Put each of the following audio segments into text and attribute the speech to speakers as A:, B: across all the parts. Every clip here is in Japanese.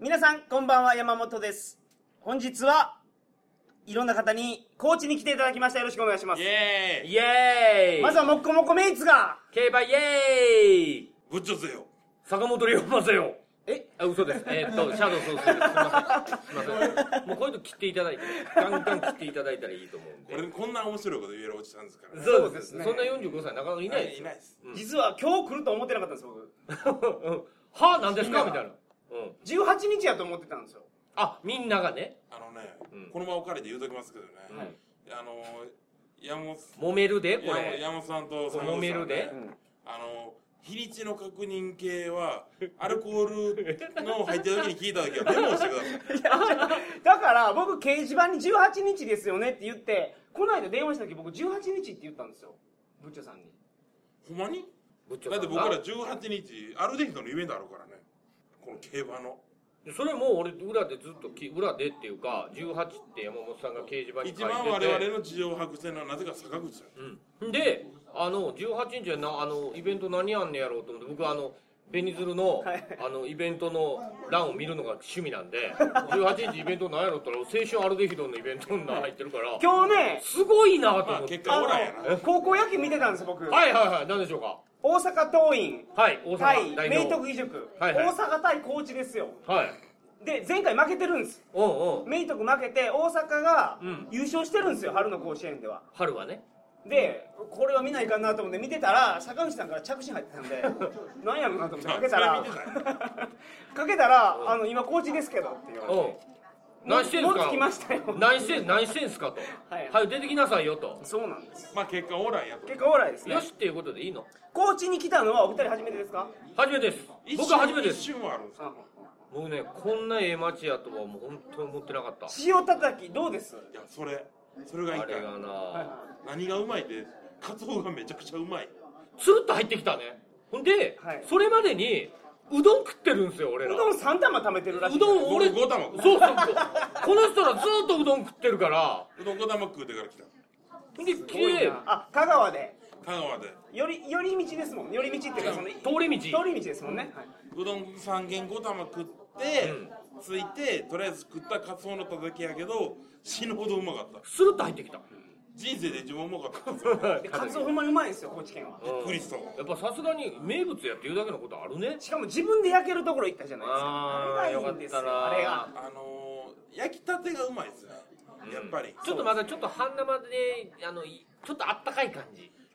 A: 皆さん、こんばんは、山本です。本日は、いろんな方に、高知に来ていただきました。よろしくお願いします
B: イ。エーイ
C: イエーイ
A: まずは、もっこもこメイツが、
C: 競馬イエーイ
B: ぶっちょせよ
C: 坂本龍馬ぜよ
A: え
C: あ、嘘です。えーっと、シャドウそうそうです。すいません。すいません。もうこういうの切っていただいて、ガンガン切っていただいたらいいと思うん
B: 俺
C: で。
B: こんな面白いこと言えるおじさんですからね
C: そうで
A: そうです
C: す。
A: ね
C: そんな45歳なかなかいないです
B: い
C: よ。
B: ないです
A: 実は今日来ると思ってなかったんです、僕。
C: うん は何ですかみたいな。うん。
A: 18日やと思ってたんです よ。
C: あ、みんながね、
B: あのね、
C: うん
B: この場を借りて言うときますけどね、
C: はい
B: あの山本さん
C: 揉めるで、こ
B: 山
C: れ。
B: 山本さんと坂本さんね
C: 揉めるで
B: あの日にちの確認系はアルコールの入ってる時に聞いた時はメモをしてくださ い
A: だから、僕、掲示板に18日ですよねって言って、この間電話した時、僕、18日って言ったんですよ。ブッチョさんに。
B: ほんまに
C: ぶっちょ
B: だ
C: さ
B: っ
C: ん
B: て
C: が
B: 僕ら18日アルデヒドのイベントあるからねこの競馬の
C: それも俺、裏でずっとき、裏でっていうか、18って山本さんが掲示板に書い
B: 一
C: てて。
B: 番我々の事情を把握してるのはなぜか坂口さん
C: うん、であの18日はなあのイベント何やんねやろうと思って僕あのベニズルの,、あのイベントの欄を見るのが趣味なんで18日イベント何やろうって言ったら青春アルデヒドのイベントに入ってるから
A: 今日ね、
C: すごいなと
B: まあ
C: 思って、
B: 結果オーラやな
A: 高校野球見てたんです、僕。
C: はいはいはい何でしょうか
A: 大阪桐蔭。
C: はい大阪
A: 対
C: 大
A: 明
C: 名
A: 徳義塾、
C: はいはい
A: 大阪対高知ですよ
C: はい
A: で前回負けてるんです
C: うんうん
A: 明徳負けて大阪が
C: うん
A: 優勝してるんですよ、春の甲子園では
C: 春はね
A: でこれは見ないかなと思って見てたら坂口さんから着信入ってたんでなんやろうなと思ってかけたら
B: それ見て
A: かけたら「あの今高知ですけど」って言わ
C: う
A: れて
C: ん何してんす
A: もう
C: か
A: 着きましたよ
C: 何してん何してんすかと
A: はい
C: はい出てきなさいよと
A: そうなんです
B: まあ結果オーラやと
A: 結果オーライですね
C: よしっていうことでいいの
A: 高知に来たのはお二人初めてですか
C: 初めてです僕は初めてです
B: 一瞬はあるんですよ
A: あ
C: 僕ねこんなええ町やとはもう本当に思ってなかった
A: 塩たたきどうです
B: いやそれそれが一
C: あれ
B: 回
C: がな
B: 何がうまいってカツオがめちゃくちゃうまい
C: つるっと入ってきたねほんで、
A: はい
C: それまでにうどん食ってるんですよ俺ら
A: うどん3玉貯めてるらしいう
C: どん
B: 僕
C: 俺
B: 5玉食う
C: そうそうそうこの人らずっとうどん食ってるから
B: うどん5玉食うてから来た
C: ほんです
A: ごい
C: 綺麗
A: なあ香川で
B: 香川で
A: 寄り寄り道ですもん寄り道っていうかその通
C: 通り道
A: り道ですもんね、はいう
B: どん3軒5玉食って、ついてとりあえず食ったカツオのたたきやけど死ぬほどうまかった
C: スルッと入ってきた
B: 人生で一番うまかった ですよびっ
A: でカツオほんまにうまいんですよ高知県は
B: くりしたわ
C: やっぱさすがに名物やっていうだけのことあるね
A: しかも自分で焼けるところ行ったじゃないですか
C: あ
A: あ
C: ー
A: れが
C: よ
A: いい
C: か
A: ん
C: っ
A: ですよ
C: たな
A: あれが
B: あのー、焼きたてがうまいですねやっぱり、
C: ちょっとまだちょっと半生であのいちょっとあったかい感じ
B: う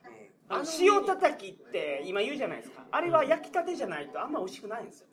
A: あの
C: あの
A: 塩たたきって今言うじゃないですかあれは焼きたてじゃないとあんま美味しくないんですよ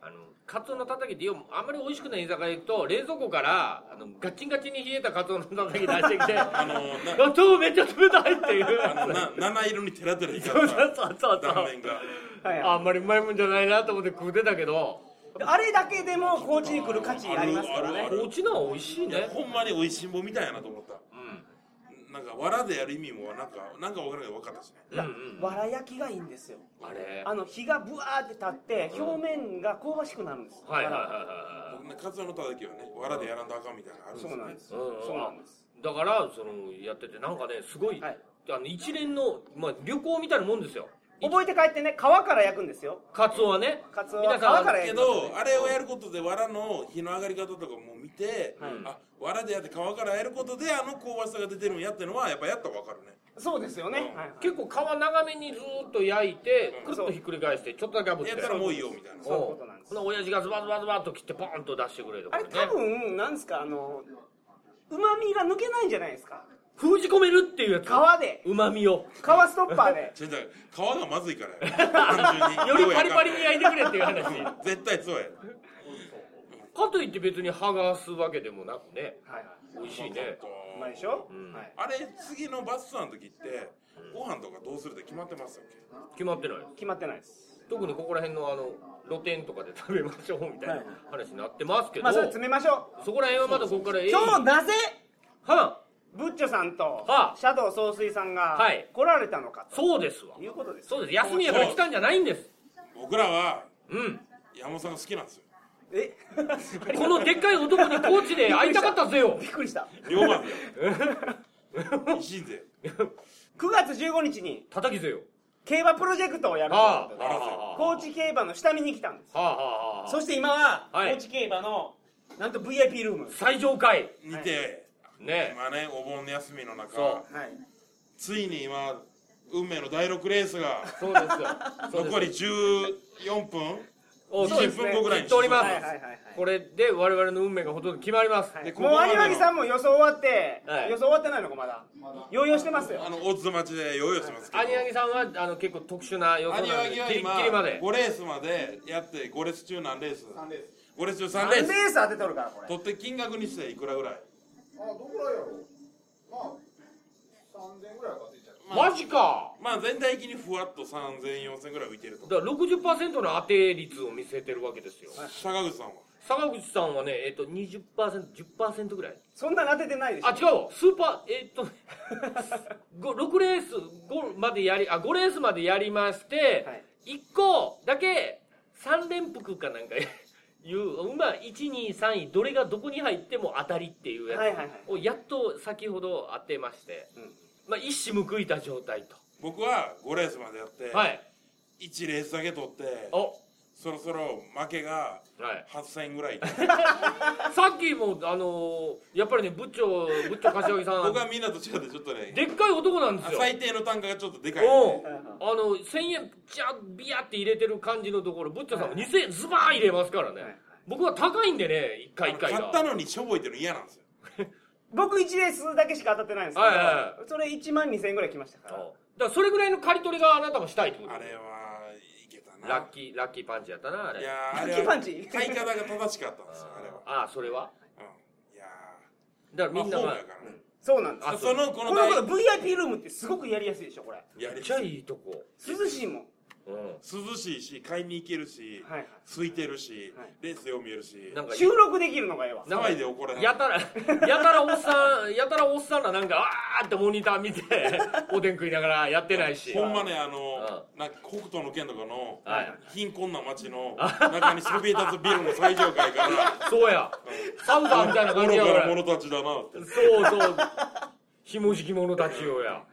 C: あのカツオのたたきってよあんまり美味しくない居酒屋行くと冷蔵庫からあのガチンガチンに冷えたカツオのたたき出してき て
B: あのー、な
C: ガツオめっちゃ冷たいっていう
B: あのな七色にテラテラ
C: そう
B: 光っ
C: そうそうそう
B: た断面が
A: はい
C: あんまりうまいもんじゃないなと思って食うてたけど
A: あれだけでも高知に来る価値ありますから
B: あるあ
A: ね
B: る
C: おうちのは美味しい
B: いや
C: ね
B: ほんまにおいしんぼみたいやなと思った
C: うん
B: なんか藁でやる意味もなんかなんかわからないけど分かったしね
C: うんうん
A: わら焼きがいいんですよ
C: あれ
A: あの火がブワーって立って表面が香ばしくなるんです
C: はいはいはい
A: わら
C: は
B: 僕ねカツオのたたきはね藁でやらんとあかんみたいなのあるんで
A: そ
B: す
A: う
B: よ
A: なん
B: ね
A: です
C: いうんうん
A: そうなんです
C: だからそのやっててなんかねすごい、
A: はい
C: あの一連の、まあ、旅行みたいなもんですよ
A: 覚えて帰ってね皮から焼くんですよ
C: カツオはね
A: カツオは
C: 皆
A: 皮
C: さんあの
A: から
B: け
A: 焼く
B: どあれをやることで藁の火の上がり方とかも見て、あ藁でやって皮からやることであの香ばしさが出てるんやってのはやっぱやったら分かるね
A: そうですよね、はいはい
C: 結構皮長めにずーっと焼いて
B: うん
C: くるっとひっくり返してちょっとだけ炙って
B: やったらもういいよみたいな
C: お
A: そういうことなんです
C: ほな親父がズバズバズバっと切ってポーンと出してくれると
A: あ
C: か
A: れ
C: ね
A: 多分、なんですか、あの、旨味が抜けないんじゃないですか。
C: 封じ込めるっていうやつ
A: 皮で、
C: うまみを
A: 皮ストッパーで。
B: 違う違う皮がまずい からや単
C: よ
B: 純に
C: りパリパリに焼いてくれっていう話
B: 絶対そうや
C: かといって別に剥がすわけでもなくね
A: はいはい。
C: 美味しいね
A: うまいでしょ、
C: ん
A: はい。
B: あれ次のバスツアーの時ってご飯とかどうするって決まってますよね
C: 決まってない
A: 決まってないです。
C: 特にここら辺のあの露店とかで食べましょうみたい
A: は
C: ない話になってますけど、
A: まあ、それ詰めましょ
C: そこら辺はまだここから
A: う。今日
C: は
A: なぜ、
C: あ
A: ブッチョさんと
C: は、あ
A: シャドウ総帥さんが
C: はい、
A: 来られたのか
C: そうですわ
A: ということです。
C: そうです休みやから来たんじゃないんです
B: 僕らは
C: うん
B: 山本さんが好きなんですよ
A: え
C: このでっかい男にコーチで会いたかったぜよ
A: びっくりした。
B: 龍馬勢維新勢
A: 9月15日に、
C: 叩きぜよ
A: 競馬プロジェクトをやるという
C: あ
A: こと
C: あ
A: で、高知競馬の下見に来たんです。
C: はあはあは
A: そ
C: あ
A: して今は、
C: はい
A: 高知競馬の、なんと VIP ルーム。
C: 最上階
B: にて、
C: ね
B: 今ねお盆の休みの中
C: そ
A: はい。
B: ついに今運命の第6レースが
C: そうですよそうです
B: 残り14分
C: お
A: そうで
B: 20
A: すね
B: 分後ぐらいに
C: 切っておりま
A: は
C: す
A: いはいはいはい。
C: これで我々の運命がほとんど決まります、
A: は
B: で
A: い、
B: ここ
A: もう
B: まで
A: 有
B: の
A: 脇さんも予想終わって、
C: はい
A: 予想終わってないのかまだヨーヨーしてますよ
B: あのオッズ待ちで用意してますけど
C: アニアギさんはあの結構特殊な予想な
B: ア
C: の
B: ニワ
C: で
B: ギは
C: ギリ
B: 今
C: ッギリまで
B: 5レースまでやって5レース中何レース
D: 三です。
B: 5レース中3
A: 何
B: レ
A: レ
B: ース
A: ース当てとるからこれ
B: 取って金額にしていくらぐらい
D: あ、どこらいやろう。まあ、三千ぐらいは稼いちゃう。
C: マジか
B: まあ全体的にふわっと30004000ぐらい浮いてると
C: だから60%の当て率を見せてるわけですよ
B: 坂口さんは
C: 坂口さんはねえっ、と 20%10% ぐらい
A: そんなの当ててないでしょ
C: あ違うわスーパーえっ、と ご6レース5までやりあ5レースまでやりまして、
A: はい
C: 1個だけ3連複かなんか いう馬123位どれがどこに入っても当たりっていうや
A: はいはいはい
C: つをやっと先ほど当てまして、
A: うん
C: まあ、一矢報いた状態と、
B: 僕は5レースまでやって、
C: はい
B: 1レースだけ取って
C: お
B: そろそろ負けが
C: はい
B: 8000円ぐ らい
C: さっきもあのーやっぱりね部長部長柏木さん
B: 僕はみんなと違ってちょっとね
C: でっかい男なんですよ
B: 最低の単価がちょっとでかい、
C: おう
A: はいはい
C: あの1000円じゃビヤって入れてる感じのところブッチャさんは2000円ズバーン入れますからね、
A: はい
C: 僕は高いんでね一回一回
B: 買
C: が
B: ったのにしょぼいっての嫌なんですよ
A: 僕1レースだけしか当たってないんですけど、
C: はいはいは
A: それ1万2000円ぐらい来ましたか
C: うんだ
A: ら
C: からそれぐらいの刈り取りがあなたもしたいってこと
B: あれはいけたな
C: ラッキーラッキーパンチやったなあれ
B: いやーあ
A: ラッ
B: れ
A: キーパ
B: は
A: ンチ
B: 買い方が正しかったんですよあれは
C: ああそれは
B: うんいや
C: だ
B: ー
C: から
B: ま
C: み
B: あ
C: ん
B: ホーム
C: なが
B: やからね
A: そうなんです
B: あ
C: あ
B: そのこ
A: こ
B: の
A: の
B: 台
A: この VIP ルームってすごくやりやすいでしょこれ
B: や
C: め
B: り
C: っちゃいいとこ、
A: 涼しいもん
C: う
B: 涼しいし買いに行けるし、
A: はいはい
B: 空いてるし、
A: はい
B: レースよう見えるし
C: ん、なんか
A: 収録できるのがええわ
C: なんか
B: 騒いで怒らへん
C: やたら やたらおっさんやたらおっさんらなんかあーってモニタ ー見ておでん食いながらやってないし
B: ほんまねあの、
C: う
B: なんか北斗の県とかの、
C: はい
B: 貧困な町の中にそびえ立つビルの最上階か
C: そうやサウザーみたいな
B: ら
C: 感
B: 愚
C: じやか
B: からな者たちだなって
C: そうそう。ひもじき者たちよや。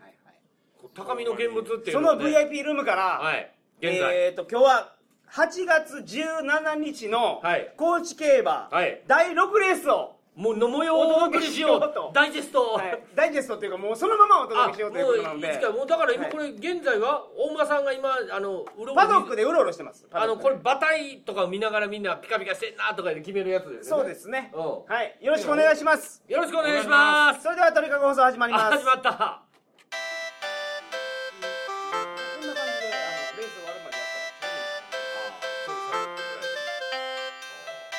C: 高みの見物っていう
A: そ
C: の
A: の
C: をね
A: VIP ルームから、
C: はい。現在。
A: えっ、ー、と今日は8月17日の
C: はい
A: 高知競馬、
C: はい
A: 第6レースを、
C: もうの模様をお届けしよ
A: お届けしよう
C: う
A: と。
C: ダイジェスト。
A: はいダイジェストっていうかもうそのままお
C: あ、も
A: 届
C: う
A: けしようということなの
C: い
A: で
C: つかもうだから今これ現在は大間さんが今あのうろ
A: パドックでうろうろしてます
C: あの
A: パドックで
C: これ馬体とかを見ながらみんなピカピカしてんなとかで決めるやつですよね。
A: そうですね
C: うん
A: はいよろしくお願いします
C: よろしくお願いします。
A: それでは鳥かご放送始まります
C: あ始まった。
A: こんな感じであのレース終わるまでやったらこ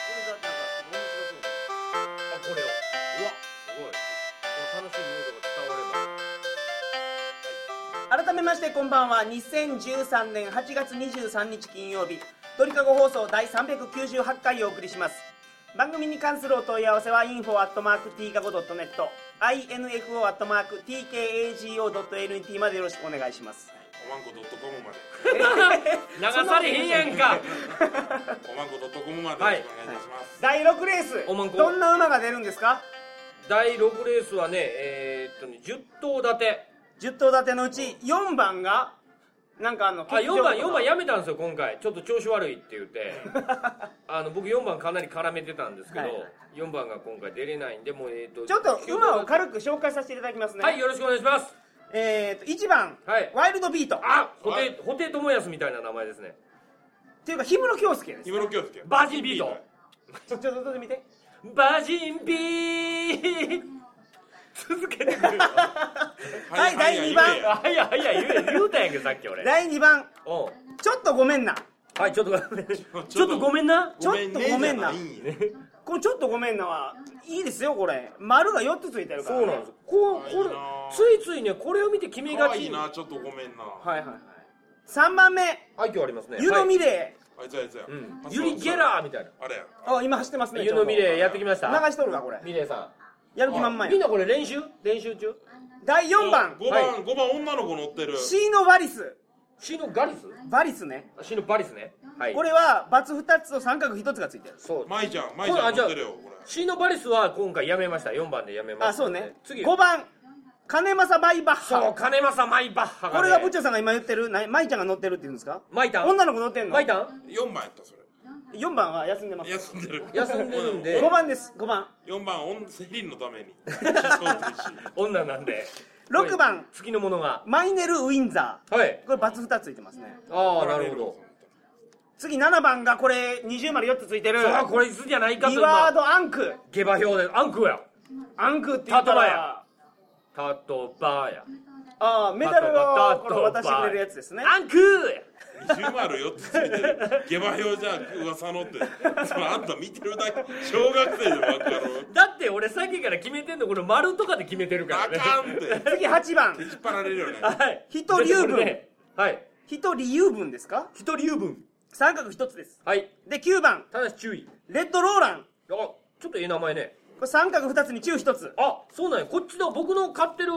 A: れがなんか面白そう
C: あこれをうわすごいこの楽しいムードが伝われ
A: 改
C: ば
A: めましてこんばんは2013年8月23日金曜日鳥かご放送第398回をお送りします番組に関するお問い合わせは info.tkago.net info.tkago.net までよろしくお願いします
B: おまんこ .com まで
C: 流されへんやんか
B: おまんこ .com までよろしくお願いいたします、
A: 第6レース
C: おまんこ
A: どんな馬が出るんですか
C: 第6レースはねえーっとね10頭立て
A: 10頭立てのうち4番がなんかあの
C: あ4番4番
A: や
C: やめたんですよ今回ちょっと調子悪いって言ってあの僕4番かなり絡めてたんですけど、
A: はい
C: 4番が今回出れないんでもうえーっと
A: ちょっと馬を
C: か
A: 軽く紹介させていただきますね
C: はいよろしくお願いします
A: えー、と1番、
C: はい
A: ワイルドビート
C: あ布
B: は
C: 袋
B: い
C: 布袋友康みたいな名前ですね
A: っていうか氷室京介です
B: 氷室京介
C: バジビート
A: ちょちょっと撮ってみ て
C: バジンビー続けてくる
A: はい第二番
B: 言えや
C: あいやいや言う言うたやんけさっき俺
A: 第2番
C: お
A: ちょっとごめんな
C: はいちょっとごめんちょ
B: ょ
C: っとごめんな
A: ちょっとごめんな
B: ごねじゃいんや
A: このちょっとごめんなはいいですよこれ丸が4つついてるから、
C: そう
A: ね、
C: なんですこ
B: か
C: う
B: わいい
C: これ
B: なあ
C: ついついねこれを見て決めが
B: 可愛
C: ち
B: いなちょっとごめんな、
A: はいはいはい3番目
C: 愛嬌ありますね
A: 湯のミレ
B: あいつあいつや、
C: はいうん
B: あそう
C: ユリ・ゲラーみたいな
B: あれや
A: ー、あ今走ってますね
C: 湯のミレーやってきまし
A: ちょ
C: た
A: うど流しとるわこれ
C: ミレーさ
A: やる
C: ん
A: 気満々
C: みん
A: や
C: なこれ練習練習中
A: 第4番
B: 5
C: は
B: 番、五番女の子乗ってる
A: シーノバリス
C: シのガリス
A: バリスね
C: シのバリスねはい
A: これは×二つと三角一つがついてる
C: そう
B: 舞ちゃん舞ちゃん乗ってるよこれ
C: シのバリスは今回やめました4番でやめました
A: あそうね
C: 次
A: 5番金正バイバッ
C: そう、
A: ハ
C: 金正マイバッハが、ね。
A: これがブッチャさんが今言ってるな舞ちゃんが乗ってるって言うんですか
C: マイタン
A: 女の子乗ってんの
C: マイタン
B: 4番やったそれ
A: 4番は休んでます
B: 休んでる
C: 休んでるんで
A: 5番です5番
B: 4番オンセリンのた めにそうです
C: 女なんで。
A: 6番
C: はい月のものが。
A: マイネル・ウィンザ
C: はい
A: ー。これバツ2ついてますね
C: ああ、なるほど。
A: 次7番がこれ20丸4つついてる
C: さあ、これいつじゃないかと
A: リ
C: 今
A: ワード・アンク
C: 下馬評で、アンクや。
A: アンクって言った
C: 例え
A: ら
C: ばタトバーや。
A: ああメダル
C: 例えば
A: をこれ
C: 例えば
A: 渡してくれるやつですね
C: アンクや。
B: 20丸4つついてる下馬評じゃん噂のってそれあんた見てるだけ小学生でも分かる
C: だって俺さっきから決めてんの、これ丸とかで決めてるから
B: あ
C: ね。
B: かんって
A: 次8番
B: 引っ張られるよね
C: はい。
A: 一流分
C: だってこれねはい。
A: 一理由分ですか
C: 一流分。
A: 三角一つです
C: はい。
A: で9番
C: ただし注意。
A: レッド・ローラン
C: あ、ちょっといい名前ね。
A: これ三角2つに中1つ
C: あ、そうなんや。こっちの僕の買ってる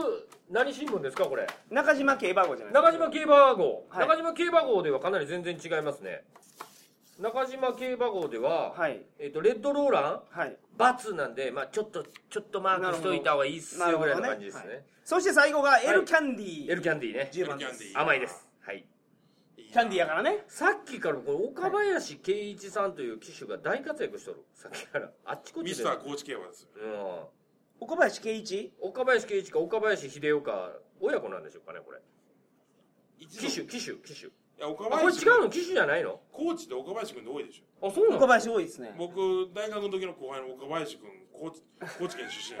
C: 何新聞ですか、これ。
A: 中島競馬号じゃない
C: 中島競馬号、
A: はい
C: 中島競馬号ではかなり全然違いますね中島競馬号では、
A: はい
C: えっとレッドローラン
A: はい
C: バツなんで、まあ、ちょっとちょっとマークしといた方がいいっす
A: なる
C: よ
A: ほ
C: ぐら
A: ど
C: いの
A: ね
C: 感じですね
A: はいそして最後がエル・キャンディ
C: エルキャンディね
A: 10番で
B: エルキャンデ
A: す
B: ィ
C: 甘いですはい
A: キャンディやからね
C: さっきからこの岡林圭一さんという騎手が大活躍しとるさっきからあっちこっ
B: ミ
C: ち
B: ス
C: で
B: ター高知競馬ですよ
C: うん
A: 岡林圭一
C: 岡林圭一か岡林秀夫か親子なんでしょうかねこれ
B: 一度
C: 騎手騎手騎手
B: いや岡
C: あこれ
B: 林
C: 違
B: 君
C: うの騎手じゃないの
B: 高知って岡林君で多いでしょ
C: あそうな
A: 岡
C: の
A: 林多いですね
B: 僕大学の時の後輩の岡林君高知高知県出身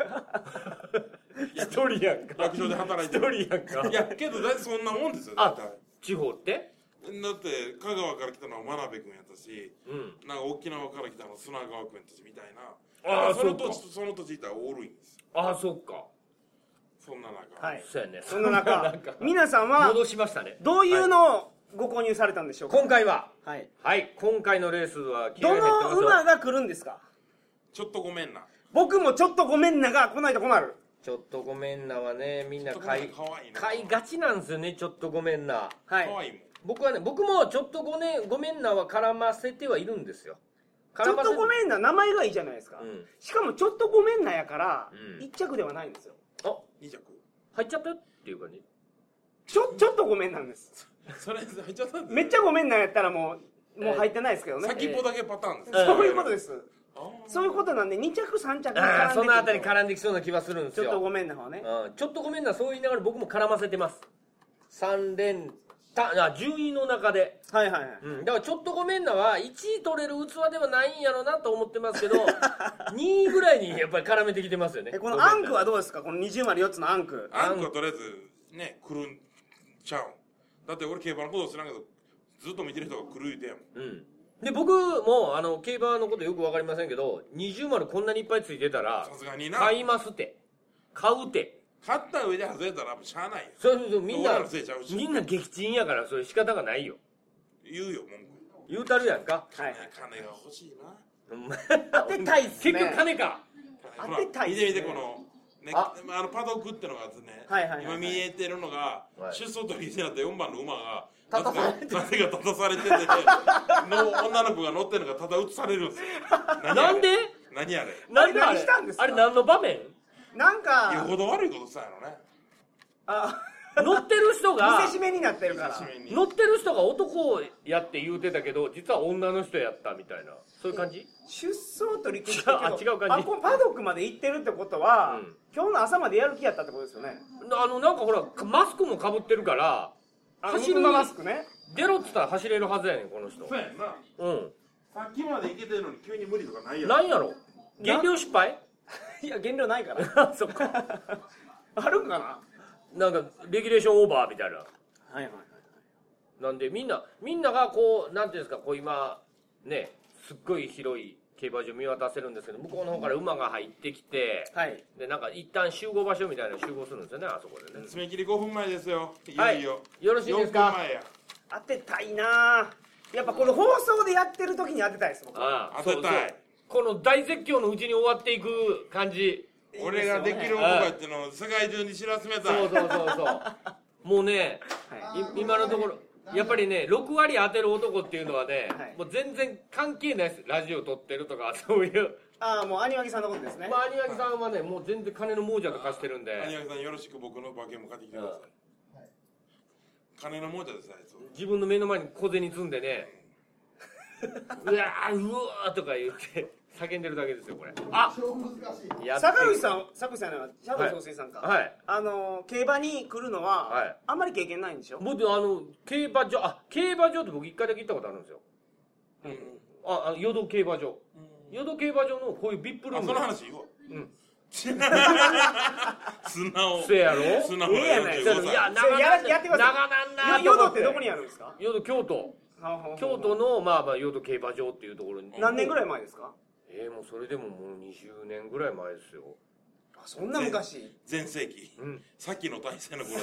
B: や
C: 一人やん
B: 役所で働い てる
C: 一人やんか
B: いやけど大体そんなもんですよ
C: あ
B: 大体
C: 地方って
B: だって香川から来たのは真鍋君やったし
C: うん
B: なんか沖縄から来たのは砂川君たちみたいな
C: あー
B: その
C: そ
B: 土
C: うか
B: 地とその土地いたらおるいんですよ
C: ああそっか
B: そんな中、
A: はい
C: そうやね
A: そんな 中皆さんは
C: 戻しましたね
A: どういうのをご購入されたんでしょうか
C: 今回は
A: はい
C: はい今回のレースは気合
A: ど
C: い入ってま
A: の
C: すよ
A: 馬が来るんですか
B: ちょっとごめんな
A: 僕もちょっとごめんなが来ないと困る
C: ちょっとごめんなはねみんな買い
B: ちょっとごめんな可愛
C: 買
B: いない
C: がちなんですよねちょっとごめんな
A: は
B: 可
A: い
B: 愛いもん
C: 僕はね僕もちょっとご,、ね、ごめんなは絡ませてはいるんですよ
A: ちょっとご
C: ん
A: めんな名前がいいじゃないですか、
C: うん
A: しかもちょっとごめんなやから、
C: うん
A: 一着ではないんですよ
C: あ
B: 2着
C: 入っちゃったよっていう感じ
A: ちょちょっとごめんなんです
B: それ入っちゃったんです
A: めっちゃごめんなやったらもうもう入ってないですけどね、
B: 先っぽだけパターンです、
C: ええ
A: そういうことです、
B: あー
A: そういうことなんで2着3着に絡んでく
C: あ
A: る
C: あそのあたり絡んできそうな気はするんです
A: ちょ
C: よ
A: っとごめんな方ね
C: うんちょっとごめんな、そう言いながら僕も絡ませてます。3連単、あ、順位の中で。
A: はいはいはい、
C: うん、だからちょっとごめんなは1位取れる器ではないんやろなと思ってます けど、2位ぐらいにやっぱり絡めてきてますよね。
A: えこのアンクはどうですかこの20丸4つのアンク
B: あんこはとりあえずねくるんちゃうんだって俺競馬のこと知らんけどずっと見てる人が狂いてやもん
C: うん。で、僕も、あの、競馬のことよくわかりませんけど、20丸こんなにいっぱいついてたら
B: さ、すがにな
C: 買いますって。買うて。
B: 勝った上で外れたらもうしゃあないよ
C: それそうそうみん
B: 俺
C: な
B: らのせいちゃう、し
C: みんな撃沈やから、それ仕方がないよ。
B: 言うよ文句
C: 言うたるやんか。
A: はいはい
B: 金が欲しいな
C: 当
A: てたいっすね
C: 結局金か。
B: ほ
A: 当
B: ら
A: てたいっ
B: 見
A: すね
B: て見てこのね
C: あ
B: ああのパドックってのがあってね、
A: はいはいはいはい
B: 今見えてるのが、
C: はい
B: 出走取りになった4番の馬が
A: 立たされ
B: なぜか立たされてて、の女の子が乗ってるのがただ映されるん ですよ何あれ
C: なんで
B: 何あれ
C: なんであ
A: 何
C: れ
A: したんですか
C: あれ何の場面
A: なん
B: よ
A: か
B: ほど悪いことしたんやろね
A: あ
C: 乗ってる人が
A: 見せしめになってるから
B: 締めに
C: 乗ってる人が男やって言うてたけど実は女の人やったみたいなそういう感じ
A: 出走取り切ったけど
C: 違うあ違う感
A: あ
C: じ
A: こうパドックまで行ってるってことは、
C: うん
A: 今日の朝までやる気やったってことですよね
C: あのなんかほらマスクもかぶってるから
A: あ
C: 走る
A: のマスクね
C: 出ろっつったら走れるはずやねんこの人
B: そうやんな
C: う
B: さっきまでいけてるのに急に無理とかないや
C: ん
B: ろ
C: なんやろ減量失敗
A: いや減量ないから
C: そっか
A: あるんかな
C: なんかレギュレーションオーバーみたいな
A: はいはいはい
C: なんでみんなみんながこうなんていうんですかこう今ねすっごい広い競馬場見渡せるんですけど向こうの方から馬が入ってきて、
A: はい
C: でなんか一旦集合場所みたいなの集合するんですよねあそこでね、
B: 締め切り5分前ですよいよ
C: はいい
B: よ、
C: よろしいですか
B: 4分前や
A: 当てたいなあやっぱこの放送でやってる時に当てたいです僕
C: ああ
B: 当てたい
C: そうそうこの大絶叫のうちに終わっていく感じ
B: 俺ができる男やってのを世界中に知らしめたい
C: そうそうそうそうもうね
A: はい
C: 今のところやっぱりね6割当てる男っていうのはね、
A: はい
C: もう全然関係ないですラジオ撮ってるとか そういう
A: ああもうアニワギさんのことですね、
C: まあ有明さんはねもう全然金の亡者と化してるんで
B: 谷垣さんよろしく僕の馬券も買ってきてください、
D: はい
B: 金のもんじゃですあいつ
C: 自分の目の前に小銭積んでね「うわーうわー」とか言って叫んでるだけですよこれあ
D: 超難しい。
C: やって
A: 坂口さん坂口さんはシャドウ総帥さんか、
C: はい
A: あのー競馬に来るのは、
C: はい
A: あんまり経験ないんでしょ
C: 僕あの競馬場あ競馬場って僕一回だけ行ったことあるんですよ
B: うん、
C: ああ淀競馬場
B: う
C: 淀競馬場のこういうビップル
B: あ
C: ー
B: そ
C: ム
B: の話言おう
C: うん
B: 素直
C: せやろ
B: 素直
A: ええやない
B: 45
C: い
B: 歳
C: や長
A: や
C: なん
A: やってください
C: 長なんだ
A: よ淀ってどこにあるんですか
C: 淀京都京都のまあまあ淀競馬場っていうところに
A: 何年ぐ
C: い
A: らい前ですか
C: えー、もうそれでももう20年ぐらい前ですよ
A: あそんな昔
B: 全盛期、
C: うん
B: さっきの大勢の頃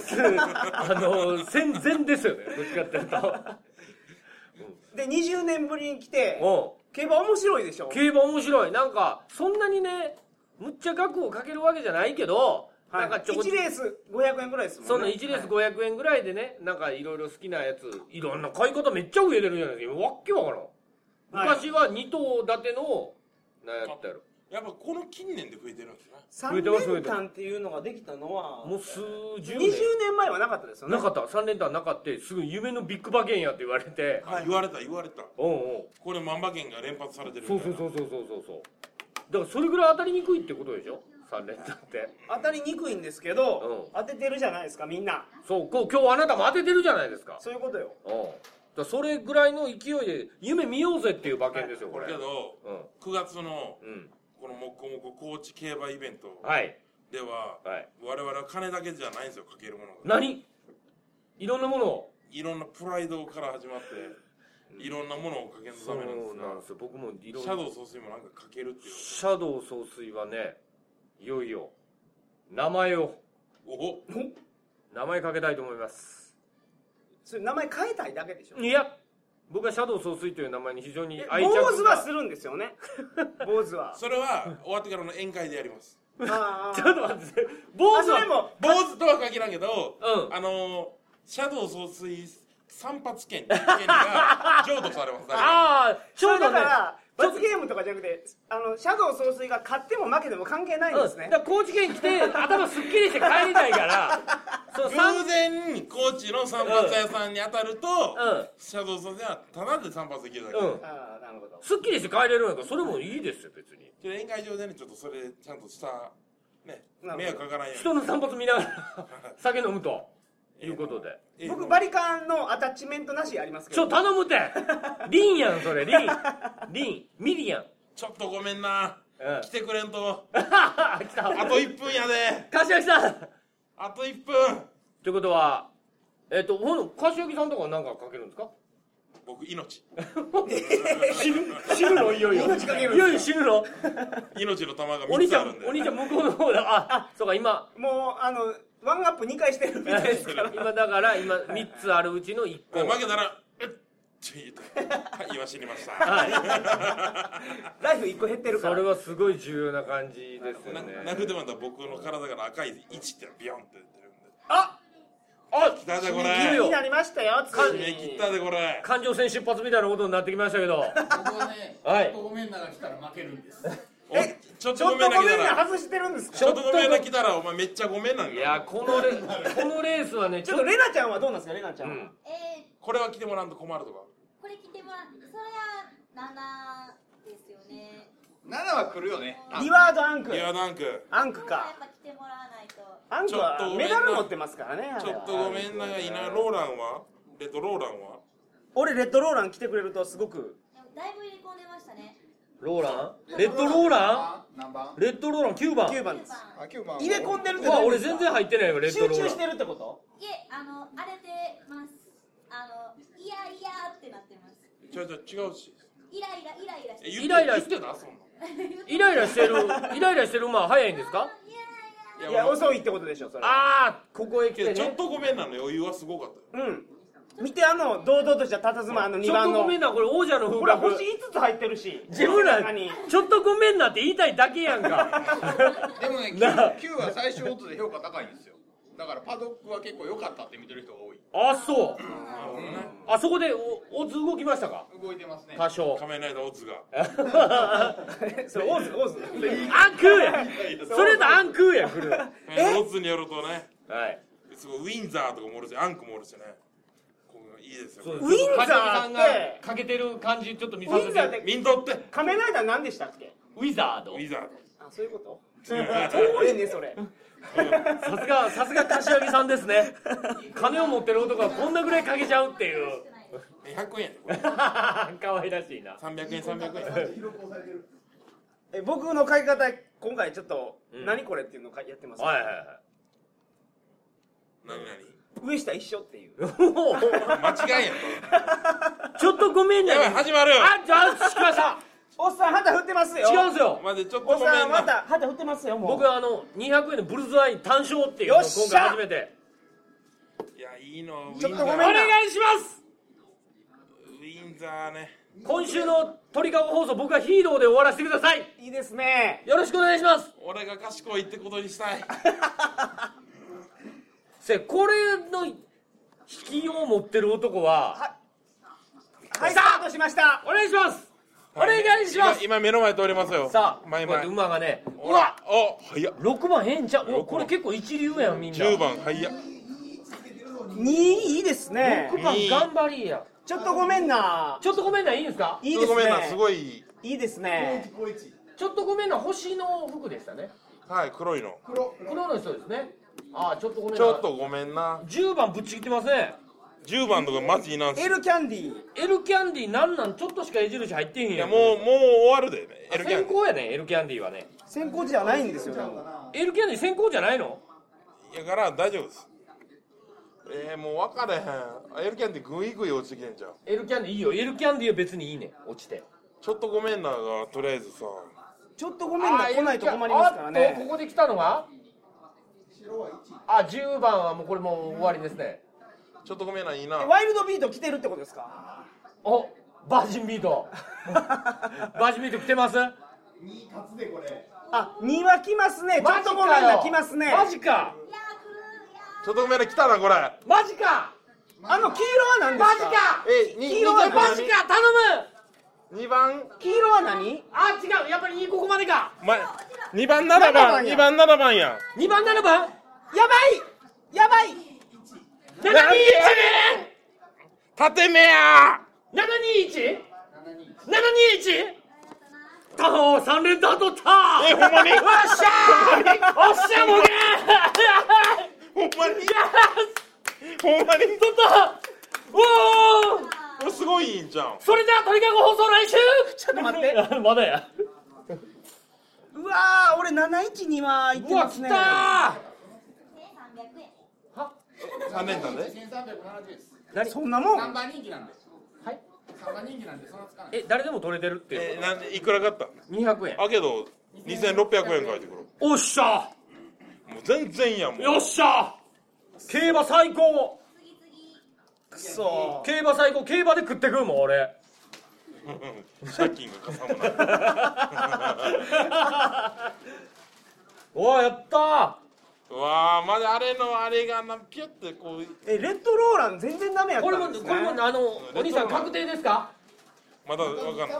C: あの戦前ですよねどっちかっていう と
A: で20年ぶりに来て
C: も
A: 競馬面白いでしょ
C: う競馬面白いなんかそんなにねむっちゃ額をかけるわけじゃないけど、
A: は
C: なんかちょこ
A: 1レース500円ぐらいですもんね
C: その1レース500円ぐらいでね、なんかいろいろ好きなやつ、いろんな買い方めっちゃ増えてるじゃないですか。わっけわからん。
A: はい
C: 昔は2頭立ての、なんやったやろ。
B: やっぱこの近年で増えてるんですな
A: 3年間っていうのができたのは
C: もう数十
A: 20
C: 年。
A: 年前はなかったですよね
C: なかった。3連単なかった。すぐ夢のビッグバゲンやって言われて。
B: あ言われた言われた
C: うんうん。
B: これ万馬券が連発されてるみた
C: そ
B: いうな
C: そうそうそうそうそうそう。だからそれぐらい当たりにくいってことでしょ ?3 連単って。
A: 当たりにくいんですけど、
C: うん
A: 当ててるじゃないですかみんな
C: そう、こう今日あなたも当ててるじゃないですか。
A: そういうことよ
C: うん。だからそれぐらいの勢いで、夢見ようぜっていう馬券ですよ、こ
B: これ
C: れ。
B: けど
C: うん。
B: 9月の
C: うん。
B: このもこもこ高知競馬イベント
C: はい。
B: では、
C: はい。
B: 我々は金だけじゃないんですよかけるものが
C: 何いろんなものを
B: いろんなプライドから始まっていろんなものをかけるためなんです
C: ですよ僕もい
B: が
C: ろん
B: シ
C: な
B: ャドウ総帥もなんかかけるっていう
C: シャドウ総帥はねいよいよ名前を
B: おお
C: 名前かけたいと思います
A: それ名前変えたいだけでしょ
C: いや僕はシャドウ総帥という名前に非常に愛着
A: 坊主はす
C: る
A: るんですよ ね坊主は
B: それは終わってからの宴会でやります
A: あ
C: ち
A: ー
C: ょっと待って坊
A: あ
C: 主
A: それ
C: は
A: も
B: 坊主とは限らんけど、
C: うん
B: あのーシャドウ総帥散髪券っていう権利が譲渡されますだ
C: ああちょうど
A: だか
C: ね
A: ら
C: ちょっ
A: 罰ゲームとかじゃなくてあのシャドウ総帥が勝っても負けても関係ないん
C: うん
A: ですね
C: だから高知県来て頭すっきりして帰りたいから そう
B: から
C: 三
B: 偶然高知の散髪屋さんに当たると、
C: うん
B: シャドウ総帥はただで散髪できるだけ、
C: うん
A: ああなるほど
C: すっきりして帰れるんやからそれもいいですよ別に
B: ちょっと宴会場でねちょっとそれちゃんとしたね
A: なるほど
B: 迷惑かからんよう
C: 人の散髪見ながら酒飲むと
B: に
C: いうことで、
B: ええの
A: 僕バリカンのアタッチメントなしやりますけ
C: ちょ
A: ど
C: 頼むてリンやんそれリンリンミリやん、
B: ちょっとごめんな
C: うん、
B: 来てくれんと
C: 来た
B: あと1分やで
C: 柏木さん
B: あと1分
C: ということはえっ、とほん柏木さんとかは何かかけるんですか
B: 僕命
C: 死ぬ死ぬのいよいよ
A: 命かけるんですか
C: いよいよ死ぬの
B: 命の玉が
C: お
B: 3
C: 兄ち
B: つ
C: ゃ
B: あ
C: ん
B: るんで
C: お兄ちゃん向こうの方だああそうか今
A: もうあのワンアップ2回してるみたいですから
C: 今だから今3つあるうちの1個
B: 負けたら「えっ!」って言って「はい今死にました」
A: ライフ1個減ってるか
C: そ
A: ら
C: れはすごい重要な感じですよ
B: な
C: ね
B: なくてまた僕の体から赤い1ってビョンって出てるんで
A: あ
C: あ
B: 来たぜこ
C: 締め切る
A: 気
B: れ
A: になりましたよつ
C: か
A: い
B: 締
A: に
B: め切ったでこれ
C: 環状線出発みたいなことになってきましたけど
E: 僕はね、
C: はい
E: 透明なが来たら負けるんです。
B: お
A: え
B: ちょっ
A: ち
B: と
A: ょ
B: ご
A: っ
B: め
A: と
B: んな
A: ご
B: 来
A: め
B: た
A: んな
B: ら
A: 外してるんですか
B: ちょっとごめんな来たらお前めっちゃごめんなん
C: い
B: だ
C: やこのレこのレースはね
A: ちょっとレナちゃんはどうなんですかレナちゃんは、
C: うん
F: えー、
B: これは来てもらうと困るとか
F: これ着てもらって、そりゃ七ですよね。
E: 7は来るよね。
A: リワードアンク
B: いやなんかち
A: アンク
F: これはや
A: か
F: っぱ着てもらわないと。
A: アンク
B: ちょっ
A: は
B: とごめ
A: メ
B: んな
A: ダル持ってますからねあれ
B: ょ
A: は
B: っとごめんながいないローランはレッドローランは
A: 俺レッドローラン来てくれるとすごく
F: でもだいぶ入れ込んでましたね。
C: ローランレッドローラ
E: ン何番
C: ンレッドローラン9番
A: 9
C: 9
A: 番
F: 九
A: です
F: 番。
D: あ、九番。
A: 入れ込んでるって
C: うわ
A: どういうことで
C: 俺
A: すか
C: 全然入ってないよレッド
A: 集
C: ロー
A: 中
C: ラ
A: し
C: ン
A: てるってこと
F: いえ、あの、荒れてます。あの、いやいやーってなってます。
B: ちょちょ違うし
F: イライライライ
B: え
F: ラして。
B: 言って
C: イライラ
B: 言ってたそんな
C: イライラしてるイライラしてる馬は早いんですか
F: いやいや。
A: いや
B: 俺
A: 遅いってことでしょそれは
C: ああここへ来
B: け
C: て
B: どち
C: ね
B: ょっとごめんなの余裕はすごかったよ
A: うん見てあの堂々とした佇まいあの2
C: ちょっ
A: 番
C: と
A: の
C: ごめんなこれ王者の風
A: ほら
C: 格
A: 星5つ入ってるし
C: 自分ら
A: 中に
C: ちょっとごめんなって言いたいだけやんか
E: でもね、
C: なあ
E: 9, は最終音で評価高いんですよ。だからパドックは結構良かったって見てる人が多い
C: あそう
B: なるほどね
C: あそこでおオズ動きましたか
E: 動いてますね
C: 多少
B: 仮面ライダーオッズが
A: それオーズオーズ
C: アンクーやそれとアンクーや来るは
B: 仮面ライダーオッズによるとね
C: い
B: すごいウィンザーとかもおるしアンクもおるしねここがいいですよ
C: そう
B: こ
C: で
B: れ
C: す
A: ウィンザーって
C: 梶木さんが欠けてる感じちょっと見
A: ウ
C: させて
A: ィンザーって
B: ミントって
A: 仮面ライダー何でしたっけ
C: ウィザード
B: ウィザード
A: あそういう ことそうやねそれ
C: さすがさすが柏木さんですね金を持ってる男はこんなぐらいかけちゃうっていう
B: 100円やでこれ
C: 可愛らしいな
B: 300円300円
A: え僕の書き方今回ちょっと
C: うん
A: 何これっていうのをやってます
C: はいはい
B: 何
A: 上下一緒っていう
C: はい
B: 何間違いやんこ
C: ちょっとごめん
B: れ
C: ね
B: やばい
C: あ
B: 始まる
C: じゃあ聞きました
A: おっさん旗振ってますよ
C: 違うんですよ
B: までちょっと
A: お
B: ご
A: っ
B: めん
A: さんま
B: な
A: た旗振ってますよもう
C: 僕はあの200円のブルズアイ単勝っていうのを
A: よっしゃ
C: 今回初めて
B: いやいいのウィ
A: ちょ
B: ン
A: っ
B: ザ
A: とご
C: お
A: めん
B: ー
A: な
C: 願いします
B: ウィンザーね
C: 今週の鳥かご放送僕はヒーローで終わらせてください
A: いいですね
C: よろしくお願いします
B: 俺が賢いってことにしたい
C: せこれの引きよう持ってる男は
A: はいスタートしました
C: お願いしますお願いします
B: 今今目の前通りますよ
C: さあこう
B: 前
C: やっ
B: 前
C: て馬がね
B: ほらお早っ
C: 6番変ちゃうお
B: 六番
C: これ結構一流やんみんな
B: 10番早っ
A: 2いいですね
C: 6番頑張りや
A: ちょっとごめんな
C: ちょっとごめんないいですか
A: いいです
B: ごめんな
A: ね
B: すごい
A: いいですね
C: ちょっとごめんな星の服でしたね
B: はい黒いの
C: 黒の人ですねああちょっとごめんな
B: ちょっとごめんな
C: 10番ぶっちぎってますね
B: 10番とかマジいなんすよ
A: L キャンディー
C: L キャンディーなんなんちょっとしか矢印入ってへんやん
B: いやもうもう終わるでねエルキャン
C: 先行やね L キャンディーはね
A: 先行じゃないんですよでも
C: L キャンディー先行じゃないの
B: やから大丈夫ですえー、もう分かれへんエルキャンディグイグイ落ちてきてんじゃん
C: L キャンディーいいよ L キャンディーは別にいいね落ちて
B: ちょっとごめんながとりあえずさ
A: ちょっとごめんな
C: あー
A: 来ないと困りますから
C: あっとこ
A: ね
C: こで来たのがあ10番はもうこれもう終わりですね
B: ちょっとごめんないいな
A: ワイルドビート来てるってことですか
C: おバージンビートバージンビート来 てます
A: あ2は来ますねちょっとごめん
C: マジか
A: な
C: よ
A: 来ますね
C: マジか
B: ちょっとごめんな来たなこれ
C: マジか
A: あの黄色は何で
C: マ
A: す
C: ジ
A: か
C: か
B: えー、に
A: 黄色は
B: に
C: マジか頼む
B: 2番
A: 黄色は何
C: あ違うやっぱりここまでか
B: 前2番7番
A: 七
B: 2番7番やん
C: 2番7
A: や
C: 番
A: ばいやばい
C: 721
B: なんで縦目や
C: 721? 721? たお3連打取った
B: えほんまに
C: おっしゃ ーおっしゃーもげ
B: ほん まに
C: や
B: ほんまに
C: ー取ったおー
B: これすごいんじゃん
C: それでは鳥かご放送来週ちょっ
A: と待って
C: まだや
A: うわー俺712は行っ
C: う
A: て
C: わ
A: ます
C: 来
A: ね
C: たー
F: 1300円
B: 3連単で
E: 1370円です
C: 何
A: そんなもん
E: 3番人気なんで
C: はい
E: 3番人気なんでそんなつかない
C: え誰でも取れてるっていう
B: えー、なんいくら買った
C: 200円
B: あけど2600円返ってくる
C: おっしゃ
B: もう全然やんもう
C: ーよっしゃー競馬最高
F: 次次
A: くそ
C: 競馬最高競馬で食ってくるもん俺
B: 借金がかさむな
C: おーやったー
B: うわーまだあれのあれがなピュってこう
A: えレッドローラン全然ダメやった
C: これも
A: んです、ね、
C: これもあのお兄さん確定ですか
B: まだ分かんない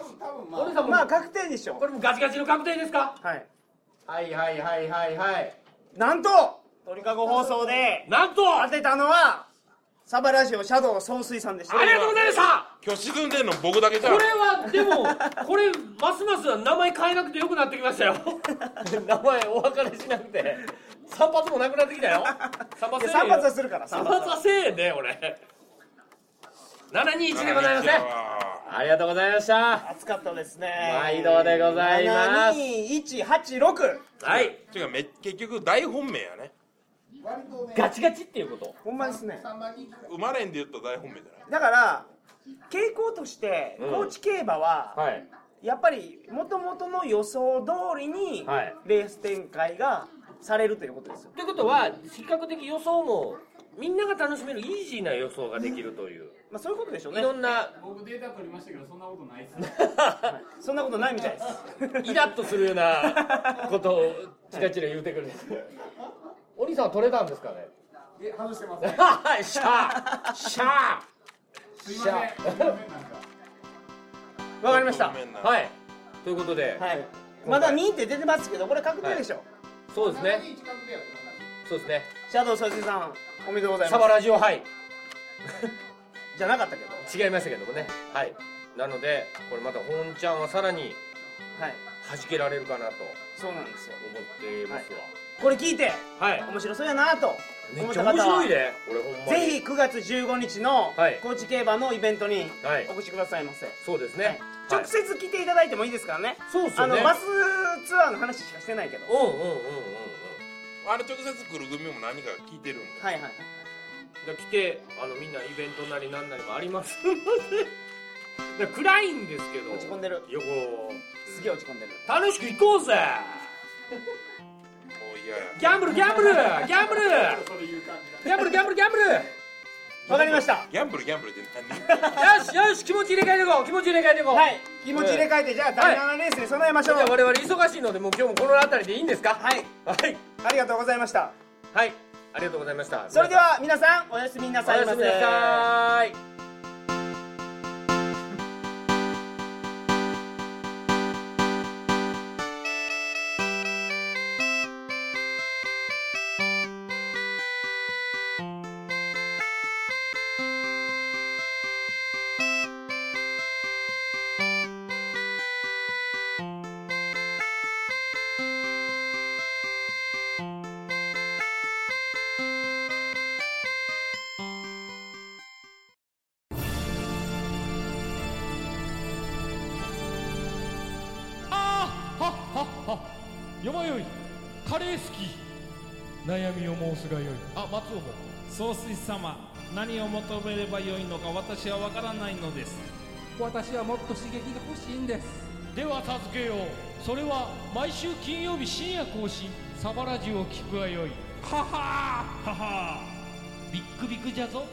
C: お兄さんも、
A: まあ確定でしょ
C: これもガチガチの確定ですか
A: はい
C: はいはいはいはいはい
A: なんと鳥かご放送で
C: なんとあ
A: 当てたのはサバラジオシャドウ総帥さんでした
C: りがとうございました
B: 今日沈んでんの僕だけじゃん
C: これはでもこれますますは名前変えなくてよくなってきましたよ 名前お別れしなくて散髪もなくなってきたよ散
A: い
C: 髪
A: や散
C: せえ
A: 髪は
C: よ
A: するから
C: 散髪はせえね俺721でございますねありがとうございました
A: 暑かったですね
C: 毎度でございます
A: 72186
C: はい
B: てかめ結局大本命やね
C: ガチガチっていうこと
A: ほんまですね
E: 3番人気なんで
B: 生まれんで言ったら大本命じゃない
A: だから傾向として
C: うん
A: 高知競馬は
C: はい
A: やっぱり元々の予想通りに
C: はい
A: レース展開がされるということですよ
C: ということは比較的予想もみんなが楽しめるイージーな予想ができるという
A: まあそういうことでしょう
C: い
A: ね
C: ろんな
E: 僕データ取りましたけどそんなことないです
A: そんなことないみたい です
C: イラッとするようなことをチラチラ言うてくるんですお兄さんは取れたんですかね
E: え、外してますね。
C: はいシャーシャ
E: すいません。すいません、なんか。
A: わかりました
B: ごめんな
C: ーはいということで、
A: はいまだ2って出てますけどこれ確定でしょ、
C: そうですね
E: 7人近くでやってます
C: そうですね
A: シャドウ総司さんおめでとうござい
C: サ
A: ます
C: バラジオはい
A: じゃなかったけど
C: 違いましたけどもねはいなのでこれまた本ちゃんはさらに
A: はい
C: 弾けられるかなと
A: そうなんですよ
C: 思っています
A: これ聞いて
C: わはい、
A: 面白そうやなと
C: め
A: 思
C: っ
A: っ
C: ちゃ
A: た方は
C: 面白いね俺ほんまに
A: ぜひ9月15日の
C: はい
A: 高知競馬のイベントに
C: はい
A: お越しくださいませ、
C: そうですね、はい
A: 直接来ていただいてもいいですからね
C: そうっす
A: あ
C: よね
A: のバスツアーの話しかしてないけど
C: うんうんうんうんうん
B: あれ直接来る組も何か聞いてるんで
A: はいはい
C: じゃあ来てあのみんなイベントなりなんなりもあり ますのでだから暗いんですけど
A: 落ち込んでる
C: よこ
A: すげえ落ち込んでる
C: 楽しく行こうぜ
B: もう嫌や
C: ギャンブルギャンブルギ ャンブルギャンブルギャンブルギャンブル
A: わかりました
B: ギャンブルギャンブルって何
C: よしよし気持ち入れ替えていこう気持ち入れ替えていこう
A: はい気持ち入れ替えてじゃあ第7レースに備えまし
C: じ
A: ょう
C: ゃあ我々忙しいのでもう今日もこの辺りでいいんですか
A: はい
C: はい
A: ありがとうございました
C: はいありがとうございました
A: それでは皆さんおやすみな
C: お
A: さい
C: や
A: ますせ
C: みなさい
G: はっはっはよまよいカレー好き悩みを申すがよいあ松尾も
H: 総帥様何を求めればよいのか私は分からないのです
I: 私はもっと刺激が欲しいんです
G: では助けようそれは毎週金曜日深夜更新サバラジュを聞くがよいははははビックビックじゃぞ